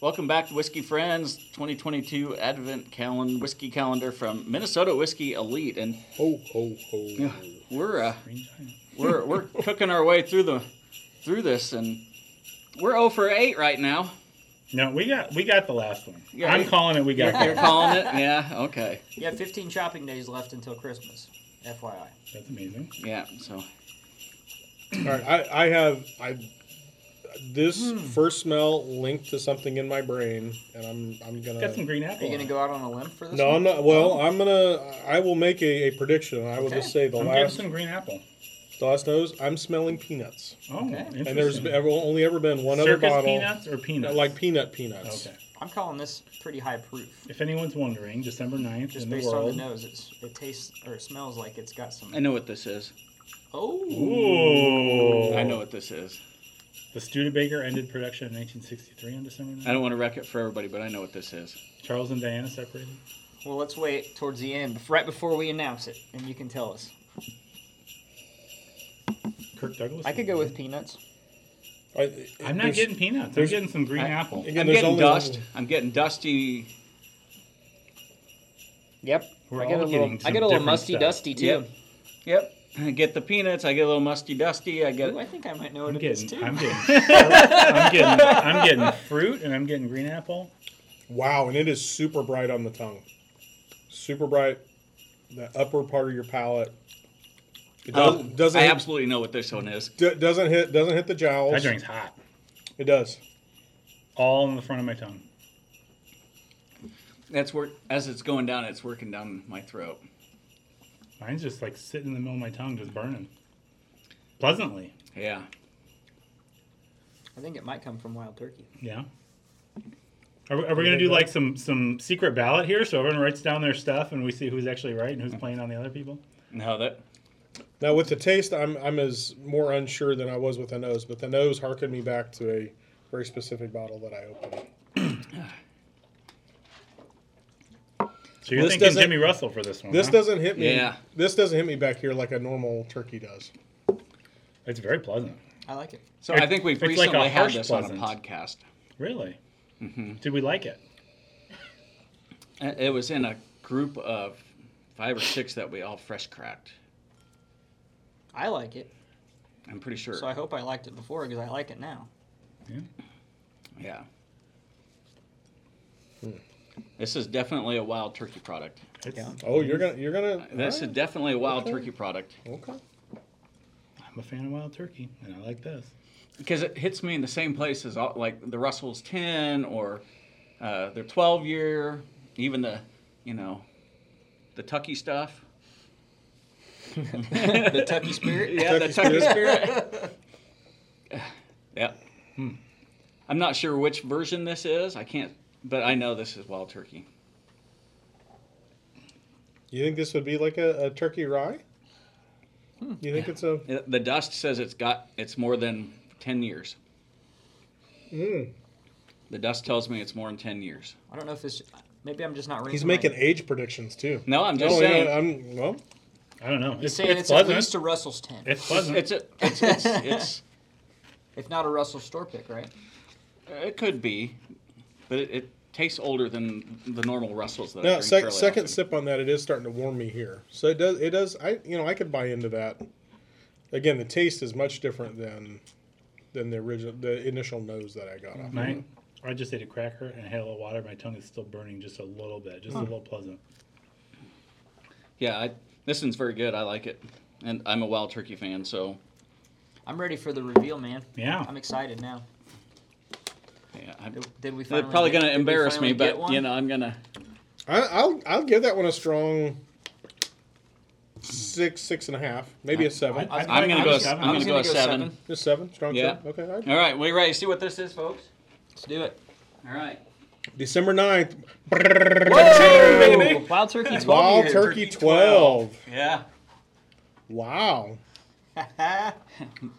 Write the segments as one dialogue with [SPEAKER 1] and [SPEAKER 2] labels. [SPEAKER 1] Welcome back, Whiskey Friends, 2022 Advent Calendar Whiskey Calendar from Minnesota Whiskey Elite, and
[SPEAKER 2] Ho ho ho.
[SPEAKER 1] we're uh, we're we're cooking our way through the through this, and we're 0 for 8 right now.
[SPEAKER 2] No, we got we got the last one.
[SPEAKER 1] Yeah,
[SPEAKER 2] I'm
[SPEAKER 1] we-
[SPEAKER 2] calling it. We got
[SPEAKER 1] You're
[SPEAKER 2] there.
[SPEAKER 1] calling it, yeah? Okay,
[SPEAKER 3] You have 15 shopping days left until Christmas. FYI.
[SPEAKER 2] That's amazing.
[SPEAKER 1] yeah. So
[SPEAKER 4] All right, I, I have I this
[SPEAKER 2] Hmm.
[SPEAKER 4] first smell linked to something in my brain, and I'm I'm gonna.
[SPEAKER 2] Got some Oh. green
[SPEAKER 3] Are
[SPEAKER 2] apple.
[SPEAKER 3] you going to
[SPEAKER 2] on
[SPEAKER 3] go out on a limb for this?
[SPEAKER 4] no,
[SPEAKER 3] one?
[SPEAKER 4] I'm not. Well, I'm gonna. I will make a, a prediction. I will
[SPEAKER 3] Okay.
[SPEAKER 4] just say the
[SPEAKER 2] it. I'm getting
[SPEAKER 4] last
[SPEAKER 2] some green apple.
[SPEAKER 4] the last nose. I'm smelling peanuts,
[SPEAKER 2] Oh,
[SPEAKER 3] Okay.
[SPEAKER 2] interesting.
[SPEAKER 4] and there's ever, only ever been one other
[SPEAKER 2] circus
[SPEAKER 4] bottle uh,
[SPEAKER 2] peanuts or peanuts.
[SPEAKER 4] like peanut peanuts.
[SPEAKER 2] Okay.
[SPEAKER 3] I'm calling this pretty high proof.
[SPEAKER 2] If anyone's wondering, December 9th
[SPEAKER 3] Just
[SPEAKER 2] in the
[SPEAKER 3] based on
[SPEAKER 2] world.
[SPEAKER 3] the nose, it's, it tastes or it smells like it's got some.
[SPEAKER 1] I know what this is.
[SPEAKER 3] oh,
[SPEAKER 2] Ooh.
[SPEAKER 1] I know what this is.
[SPEAKER 2] The Studebaker ended production in 1963 on December 9th.
[SPEAKER 1] I don't want to wreck it for everybody, but I know what this is.
[SPEAKER 2] Charles and Diana separated.
[SPEAKER 3] well, let's wait towards the end, bef- right before we announce it, and you can tell us.
[SPEAKER 2] Kirk Douglas.
[SPEAKER 3] I could go with peanuts.
[SPEAKER 4] I,
[SPEAKER 2] I'm not
[SPEAKER 4] there's-
[SPEAKER 2] getting peanuts. I'm
[SPEAKER 4] there's-
[SPEAKER 2] getting some green
[SPEAKER 1] I-
[SPEAKER 2] apple.
[SPEAKER 4] Again,
[SPEAKER 1] I'm
[SPEAKER 4] there's
[SPEAKER 1] getting
[SPEAKER 4] only
[SPEAKER 1] dust.
[SPEAKER 4] one-
[SPEAKER 1] I'm getting dusty.
[SPEAKER 3] Yep.
[SPEAKER 2] We're
[SPEAKER 3] I get
[SPEAKER 2] all
[SPEAKER 3] a little.
[SPEAKER 2] getting
[SPEAKER 3] I
[SPEAKER 2] some
[SPEAKER 3] get a little
[SPEAKER 2] different
[SPEAKER 3] musty,
[SPEAKER 2] stuff.
[SPEAKER 3] dusty too.
[SPEAKER 1] Yep. Yep. I get the peanuts. I get a little musty dusty. I get.
[SPEAKER 3] Ooh, I think I might know what
[SPEAKER 2] I'm
[SPEAKER 3] it is
[SPEAKER 2] getting,
[SPEAKER 3] too.
[SPEAKER 2] I'm getting, I'm getting, I'm getting fruit, and I'm getting green apple.
[SPEAKER 4] Wow, and it is super bright on the tongue. Super bright, the upper part of your palate. It does,
[SPEAKER 1] Oh,
[SPEAKER 4] doesn't
[SPEAKER 1] I
[SPEAKER 4] hit,
[SPEAKER 1] absolutely know what this one is.
[SPEAKER 4] do- doesn't hit doesn't hit the jowls.
[SPEAKER 2] That drink's hot.
[SPEAKER 4] It does.
[SPEAKER 2] All in the front of my tongue.
[SPEAKER 1] That's where as it's going down, it's working down my throat.
[SPEAKER 2] Mine's just like sitting in the middle of my tongue, just burning. Pleasantly,
[SPEAKER 1] Yeah.
[SPEAKER 3] I think it might come from wild turkey.
[SPEAKER 2] yeah. Are we, are we gonna do like some some secret ballot here? So everyone writes down their stuff, and we see who's actually right
[SPEAKER 3] Mm.
[SPEAKER 2] and who's playing on the other people.
[SPEAKER 1] No, that
[SPEAKER 4] Now with the taste, I'm I'm as more unsure than I was with the nose, but the nose harkened me back to a very specific bottle that I
[SPEAKER 2] Mm-hmm.
[SPEAKER 4] opened.
[SPEAKER 2] So you're
[SPEAKER 4] This
[SPEAKER 2] thinking
[SPEAKER 4] doesn't-
[SPEAKER 2] Jimmy Russell for this one?
[SPEAKER 4] This
[SPEAKER 2] huh?
[SPEAKER 4] doesn't hit me.
[SPEAKER 1] Yeah.
[SPEAKER 4] This doesn't hit me back here like a normal turkey does.
[SPEAKER 2] It's very pleasant.
[SPEAKER 3] I like it.
[SPEAKER 1] so
[SPEAKER 2] It-
[SPEAKER 1] I think we've
[SPEAKER 2] it's like a
[SPEAKER 1] recently had
[SPEAKER 2] harsh
[SPEAKER 1] this on
[SPEAKER 2] pleasant.
[SPEAKER 1] a podcast.
[SPEAKER 2] Really?
[SPEAKER 3] Mm-hmm.
[SPEAKER 2] Did we like it?
[SPEAKER 1] Uh, It was in a group of five or six that we all fresh cracked.
[SPEAKER 3] I like it.
[SPEAKER 1] I'm pretty sure.
[SPEAKER 3] So I hope I liked it before because I like it now.
[SPEAKER 2] Yeah.
[SPEAKER 1] yeah. This is definitely a wild turkey product.
[SPEAKER 2] It's,
[SPEAKER 3] Yeah.
[SPEAKER 4] Oh, you're gonna you're gonna
[SPEAKER 1] This is definitely Uh, a wild
[SPEAKER 4] Okay.
[SPEAKER 1] turkey product
[SPEAKER 4] okay.
[SPEAKER 2] I'm a fan of wild turkey, and I like this.
[SPEAKER 1] because it hits me in the same place as all, like the Russell's 10 or uh, their 12 year, even the, you know, the Tucky stuff.
[SPEAKER 3] The Tucky Spirit.
[SPEAKER 1] Yeah, the Tucky
[SPEAKER 4] Kentucky
[SPEAKER 1] Spirit. yep. I'm not sure which version this is. I can't, but I know this is wild turkey.
[SPEAKER 4] You think this would be like a, a turkey rye?
[SPEAKER 2] Hmm.
[SPEAKER 4] You think it's a
[SPEAKER 1] Uh, The dust says it's got it's more than 10 years.
[SPEAKER 4] Mm.
[SPEAKER 1] The dust tells me it's more than 10 years.
[SPEAKER 3] I don't know if it's. Maybe I'm just not.
[SPEAKER 4] He's
[SPEAKER 3] raising
[SPEAKER 4] making
[SPEAKER 3] My,
[SPEAKER 4] age predictions too.
[SPEAKER 1] No, I'm just
[SPEAKER 4] Oh,
[SPEAKER 1] saying.
[SPEAKER 4] yeah, I'm well.
[SPEAKER 2] I don't know.
[SPEAKER 3] he's
[SPEAKER 2] It's,
[SPEAKER 3] saying
[SPEAKER 2] it's
[SPEAKER 3] it's, at
[SPEAKER 2] pleasant.
[SPEAKER 3] least a Russell's ten,
[SPEAKER 2] It's pleasant.
[SPEAKER 1] it's, a, it's, it's, it's,
[SPEAKER 3] if not a Russell store pick, right?
[SPEAKER 1] it could be, but it, it tastes older than the normal Russells. That I
[SPEAKER 4] Now,
[SPEAKER 1] drink
[SPEAKER 4] sec-
[SPEAKER 1] fairly
[SPEAKER 4] second
[SPEAKER 1] often.
[SPEAKER 4] sip on that, it is starting to warm me here. So it does. It does. I you know I could buy into that. Again, the taste is much different than than the original the initial nose that I got. off.
[SPEAKER 2] My, I just ate a cracker and had a little water. My tongue is still burning just a little bit, just a little pleasant.
[SPEAKER 1] Yeah, I, this one's very good. I like it. And I'm a wild turkey fan, so
[SPEAKER 3] I'm ready for the reveal, man.
[SPEAKER 2] Yeah.
[SPEAKER 3] I'm excited now.
[SPEAKER 1] yeah. I'm,
[SPEAKER 3] Did, did we?
[SPEAKER 1] they're
[SPEAKER 3] Finally
[SPEAKER 1] probably
[SPEAKER 3] get-
[SPEAKER 1] going to
[SPEAKER 3] did we
[SPEAKER 1] embarrass me,
[SPEAKER 3] finally get
[SPEAKER 1] but
[SPEAKER 3] one?
[SPEAKER 1] you know, I'm going to.
[SPEAKER 4] I, I'll I'll give that one a strong six six and a half, maybe a seven.
[SPEAKER 2] I-
[SPEAKER 1] I'm going to go. a
[SPEAKER 2] I was
[SPEAKER 1] s- I'm
[SPEAKER 2] seven.
[SPEAKER 1] going to go a seven.
[SPEAKER 4] Just seven, strong
[SPEAKER 1] Yeah.
[SPEAKER 4] seven. Okay. I-
[SPEAKER 1] All right, we ready? to See what this is, folks.
[SPEAKER 3] Let's do it.
[SPEAKER 1] All right.
[SPEAKER 4] December 9th.
[SPEAKER 3] Ooh, Wild turkey twelve.
[SPEAKER 4] Wild
[SPEAKER 3] year.
[SPEAKER 4] Turkey 12.
[SPEAKER 1] Yeah.
[SPEAKER 4] Wow.
[SPEAKER 3] Ah,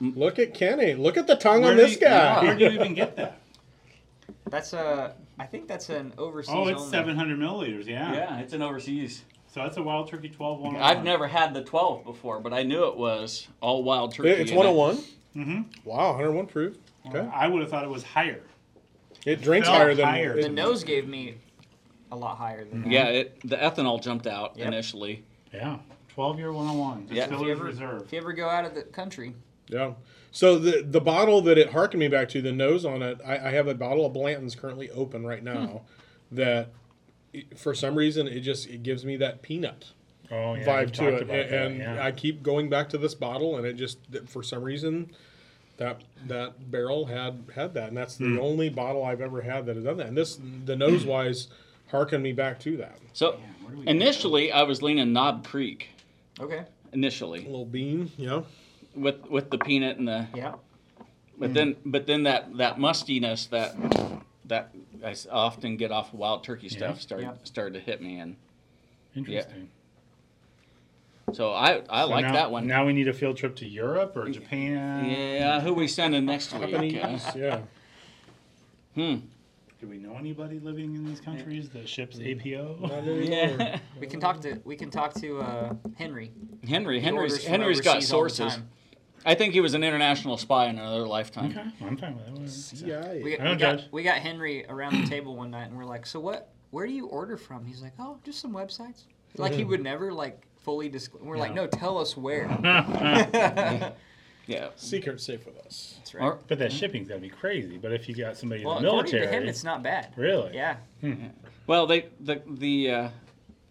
[SPEAKER 4] Look at Kenny. Look at the tongue
[SPEAKER 2] Where
[SPEAKER 4] on
[SPEAKER 2] do
[SPEAKER 4] this
[SPEAKER 2] you-
[SPEAKER 4] guy.
[SPEAKER 2] Where do you even get that?
[SPEAKER 3] that's a. I think that's an overseas.
[SPEAKER 2] Oh, it's
[SPEAKER 3] only.
[SPEAKER 2] 700 milliliters. Yeah.
[SPEAKER 1] Yeah, it's an overseas.
[SPEAKER 2] So that's a wild turkey 12 one.
[SPEAKER 1] I've never had the 12 before, but I knew it was all wild turkey.
[SPEAKER 4] It's
[SPEAKER 1] and I-
[SPEAKER 4] 101.
[SPEAKER 2] Mm-hmm.
[SPEAKER 4] Wow, 101 proof. Okay.
[SPEAKER 2] I would have thought it was higher.
[SPEAKER 4] It drinks
[SPEAKER 2] Felt
[SPEAKER 4] higher than
[SPEAKER 2] higher
[SPEAKER 4] it-
[SPEAKER 3] The nose gave me a lot higher than that.
[SPEAKER 1] Yeah, it, the ethanol jumped out
[SPEAKER 3] Yep.
[SPEAKER 1] initially.
[SPEAKER 2] Yeah. 12 year 101.
[SPEAKER 1] Yeah.
[SPEAKER 2] Distillers
[SPEAKER 3] If you ever-
[SPEAKER 2] Reserve.
[SPEAKER 3] If you ever go out of the country,
[SPEAKER 4] Yeah. So the the bottle that it harkened me back to, the nose on it, I, I have a bottle of Blanton's currently open right
[SPEAKER 2] Hmm.
[SPEAKER 4] now that it- for some reason it just it gives me that peanut
[SPEAKER 2] Oh, yeah.
[SPEAKER 4] vibe
[SPEAKER 2] we've
[SPEAKER 4] to
[SPEAKER 2] talked
[SPEAKER 4] it.
[SPEAKER 2] about
[SPEAKER 4] And,
[SPEAKER 2] that,
[SPEAKER 4] and
[SPEAKER 2] yeah.
[SPEAKER 4] I keep going back to this bottle and it just that for some reason that that barrel had had that and that's
[SPEAKER 2] Hmm.
[SPEAKER 4] the only bottle I've ever had that has done that. And this the nose wise harkened me back to that.
[SPEAKER 1] So
[SPEAKER 2] where do we go?
[SPEAKER 1] initially, I was leaning Knob Creek.
[SPEAKER 3] okay,
[SPEAKER 1] Initially,
[SPEAKER 4] Little bean, yeah.
[SPEAKER 1] with with the peanut and the
[SPEAKER 3] yeah,
[SPEAKER 1] But then, but then that that mustiness that that I s- often get off wild turkey stuff
[SPEAKER 2] Yeah.
[SPEAKER 1] started
[SPEAKER 3] Yeah.
[SPEAKER 1] started to hit me, and
[SPEAKER 2] Interesting.
[SPEAKER 1] so I I
[SPEAKER 2] So
[SPEAKER 1] like
[SPEAKER 2] now-
[SPEAKER 1] that one.
[SPEAKER 2] Now we need a field trip to Europe or Japan.
[SPEAKER 1] yeah, who we sending next week? uh,
[SPEAKER 4] Japanese, yeah.
[SPEAKER 1] hmm.
[SPEAKER 2] Do we know anybody living in these countries that ships APO?
[SPEAKER 4] Not anymore.
[SPEAKER 1] Yeah.
[SPEAKER 3] we can talk to we can talk to uh, Henry.
[SPEAKER 1] Henry,
[SPEAKER 3] He
[SPEAKER 1] Henry's
[SPEAKER 3] orders from
[SPEAKER 1] Henry's got
[SPEAKER 3] overseas all the
[SPEAKER 1] sources.
[SPEAKER 3] time.
[SPEAKER 1] I think he was an international spy in another lifetime.
[SPEAKER 2] okay. Well, I'm fine with that. whatever.
[SPEAKER 4] CIA.
[SPEAKER 3] We,
[SPEAKER 2] I don't
[SPEAKER 3] we, got,
[SPEAKER 2] judge.
[SPEAKER 3] we got Henry around the table one night, and we're like, "So what? Where do you order from?" He's like, "Oh, just some websites." Like he would never like fully disclose. We're like,
[SPEAKER 2] Mm-hmm. No.
[SPEAKER 3] "No, tell us where." That's
[SPEAKER 1] Yeah.
[SPEAKER 4] Secret safe with us.
[SPEAKER 3] right.
[SPEAKER 1] Or,
[SPEAKER 2] But that shipping's gotta be crazy. But if you got somebody
[SPEAKER 3] well,
[SPEAKER 2] in the military,
[SPEAKER 3] according to him, it's not bad.
[SPEAKER 2] really,
[SPEAKER 3] Yeah,
[SPEAKER 1] well, they the the uh,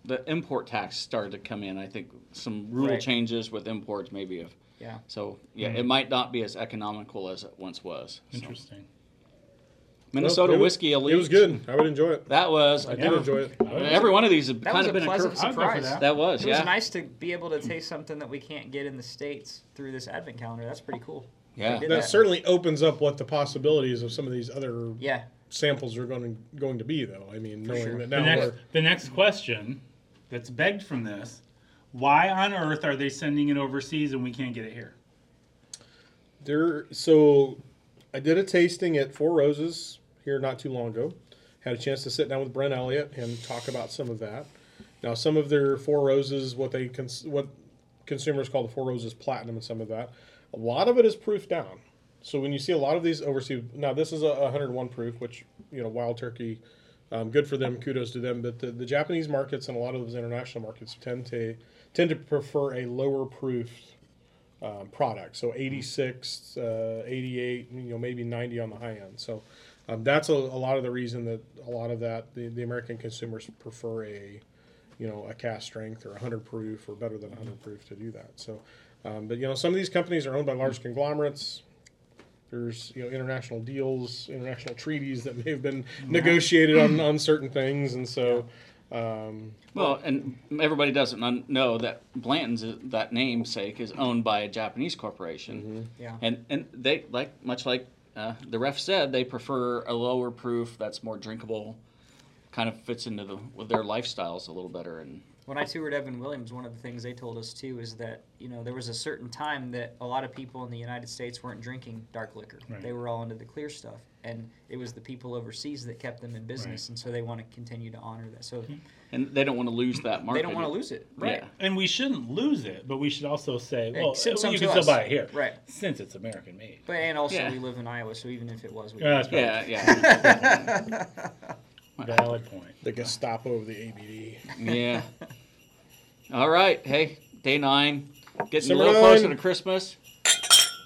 [SPEAKER 1] the import tax started to come in. I think some rule
[SPEAKER 3] Right.
[SPEAKER 1] changes with imports maybe have
[SPEAKER 3] yeah.
[SPEAKER 1] So yeah, it might not be as economical as it once was. So.
[SPEAKER 2] Hmm. interesting.
[SPEAKER 1] Minnesota
[SPEAKER 4] Well, it was-
[SPEAKER 1] whiskey elite.
[SPEAKER 4] It was good. I would enjoy it.
[SPEAKER 1] That was.
[SPEAKER 4] I
[SPEAKER 1] a
[SPEAKER 4] did
[SPEAKER 1] curve-
[SPEAKER 4] enjoy it.
[SPEAKER 2] I would-
[SPEAKER 1] Every one of these have
[SPEAKER 3] That
[SPEAKER 1] kind
[SPEAKER 3] was
[SPEAKER 1] of
[SPEAKER 3] a
[SPEAKER 1] been a
[SPEAKER 3] pleasant
[SPEAKER 1] curve.
[SPEAKER 2] I'd go for
[SPEAKER 3] surprise.
[SPEAKER 2] that.
[SPEAKER 1] That was.
[SPEAKER 3] It
[SPEAKER 1] yeah.
[SPEAKER 3] was nice to be able to taste something that we can't get in the states through this advent calendar. That's pretty cool.
[SPEAKER 1] Yeah.
[SPEAKER 3] did.
[SPEAKER 4] That
[SPEAKER 3] Yeah.
[SPEAKER 4] certainly opens up what the possibilities of some of these other
[SPEAKER 3] Yeah,
[SPEAKER 4] samples are going going to be, though. I mean, knowing
[SPEAKER 3] sure.
[SPEAKER 4] that
[SPEAKER 2] The
[SPEAKER 4] now
[SPEAKER 2] next,
[SPEAKER 4] we're-
[SPEAKER 2] the next question that's begged from this: Why on earth are they sending it overseas and we can't get it here?
[SPEAKER 4] there. So, I did a tasting at Four Roses here not too long ago. Had a chance to sit down with Brent Elliott and talk about some of that. Now, some of their Four Roses, what they cons- what consumers call the Four Roses Platinum, and some of that, a lot of it is proof down. So when you see a lot of these overseas, now this is a 101 proof, which you know wild turkey, um, good for them, kudos to them. But the, the Japanese markets and a lot of those international markets tend to tend to prefer a lower proof um, product. So 86, uh, 88, you know maybe 90 on the high end. So um, that's a, a lot of the reason that a lot of that the, the American consumers prefer a you know a cast strength or 100 proof or better than 100 proof to do that. So. Um, but you know, some of these companies are owned by large conglomerates there's you know international deals, international treaties that may have been negotiated on, on certain things, and so um,
[SPEAKER 1] Well, and everybody doesn't un- know that Blanton's is- that namesake is owned by a Japanese corporation,
[SPEAKER 4] Mm-hmm.
[SPEAKER 3] yeah.
[SPEAKER 1] and and they like much like uh, the ref said, they prefer a lower proof that's more drinkable, kind of fits into the with their lifestyles a little better. And
[SPEAKER 3] When I toured Evan Williams, one of the things they told us too is that you know there was a certain time that a lot of people in the United States weren't drinking dark liquor.
[SPEAKER 2] Right.
[SPEAKER 3] They were all into the clear stuff, and it was the people overseas that kept them in business, and so they want to continue to honor that. So
[SPEAKER 4] Mm-hmm.
[SPEAKER 1] and they don't want to lose that market.
[SPEAKER 3] they don't want to lose it, right?
[SPEAKER 1] Yeah.
[SPEAKER 2] And we shouldn't lose it, but we should also say, well,
[SPEAKER 3] send some
[SPEAKER 2] you
[SPEAKER 3] to
[SPEAKER 2] can still
[SPEAKER 3] us.
[SPEAKER 2] buy it here,
[SPEAKER 3] Right.
[SPEAKER 2] Since it's American made.
[SPEAKER 3] But and also
[SPEAKER 1] Yeah.
[SPEAKER 3] we live in Iowa, so even if it was, we
[SPEAKER 2] Yeah, that's probably
[SPEAKER 1] Yeah, yeah,
[SPEAKER 2] a valid point.
[SPEAKER 4] the Gestapo of the ABD.
[SPEAKER 1] yeah. All right, hey, day nine, getting
[SPEAKER 4] December
[SPEAKER 1] a little closer
[SPEAKER 4] nine.
[SPEAKER 1] to Christmas.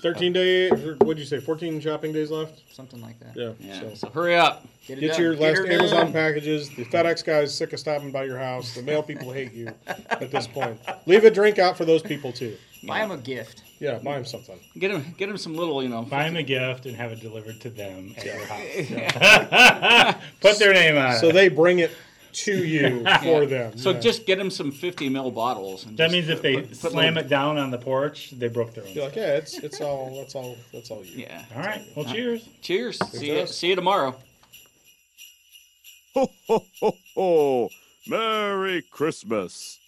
[SPEAKER 4] Thirteen day, what did you say? Fourteen shopping days left.
[SPEAKER 3] something like that.
[SPEAKER 4] Yeah.
[SPEAKER 1] Yeah,
[SPEAKER 4] So.
[SPEAKER 1] so hurry up.
[SPEAKER 3] Get, it
[SPEAKER 4] Get
[SPEAKER 3] done.
[SPEAKER 4] your last
[SPEAKER 3] her done.
[SPEAKER 4] Amazon packages. The FedEx guy is sick of stopping by your house. The mail people hate you at this point. Leave a drink out for those people too.
[SPEAKER 3] Buy him a gift.
[SPEAKER 4] Yeah, buy them something.
[SPEAKER 1] Get him, get him some little, you know.
[SPEAKER 2] Buy them a gift and have it delivered to them at your house. Put their name on
[SPEAKER 4] So
[SPEAKER 2] it.
[SPEAKER 4] they bring it to you for
[SPEAKER 1] Yeah.
[SPEAKER 4] them.
[SPEAKER 1] So
[SPEAKER 4] yeah.
[SPEAKER 1] just get him some 50 mil bottles. And
[SPEAKER 2] That
[SPEAKER 1] just
[SPEAKER 2] means if
[SPEAKER 1] put-
[SPEAKER 2] they
[SPEAKER 1] put- put
[SPEAKER 2] slam
[SPEAKER 1] little-
[SPEAKER 2] it down on the porch, they broke their own.
[SPEAKER 4] you're like, yeah, it's it's all that's all that's all you.
[SPEAKER 1] Yeah.
[SPEAKER 2] All right. Well, cheers.
[SPEAKER 1] Cheers. See you,
[SPEAKER 4] us.
[SPEAKER 1] see you tomorrow.
[SPEAKER 5] Ho, ho, ho, ho! Merry Christmas!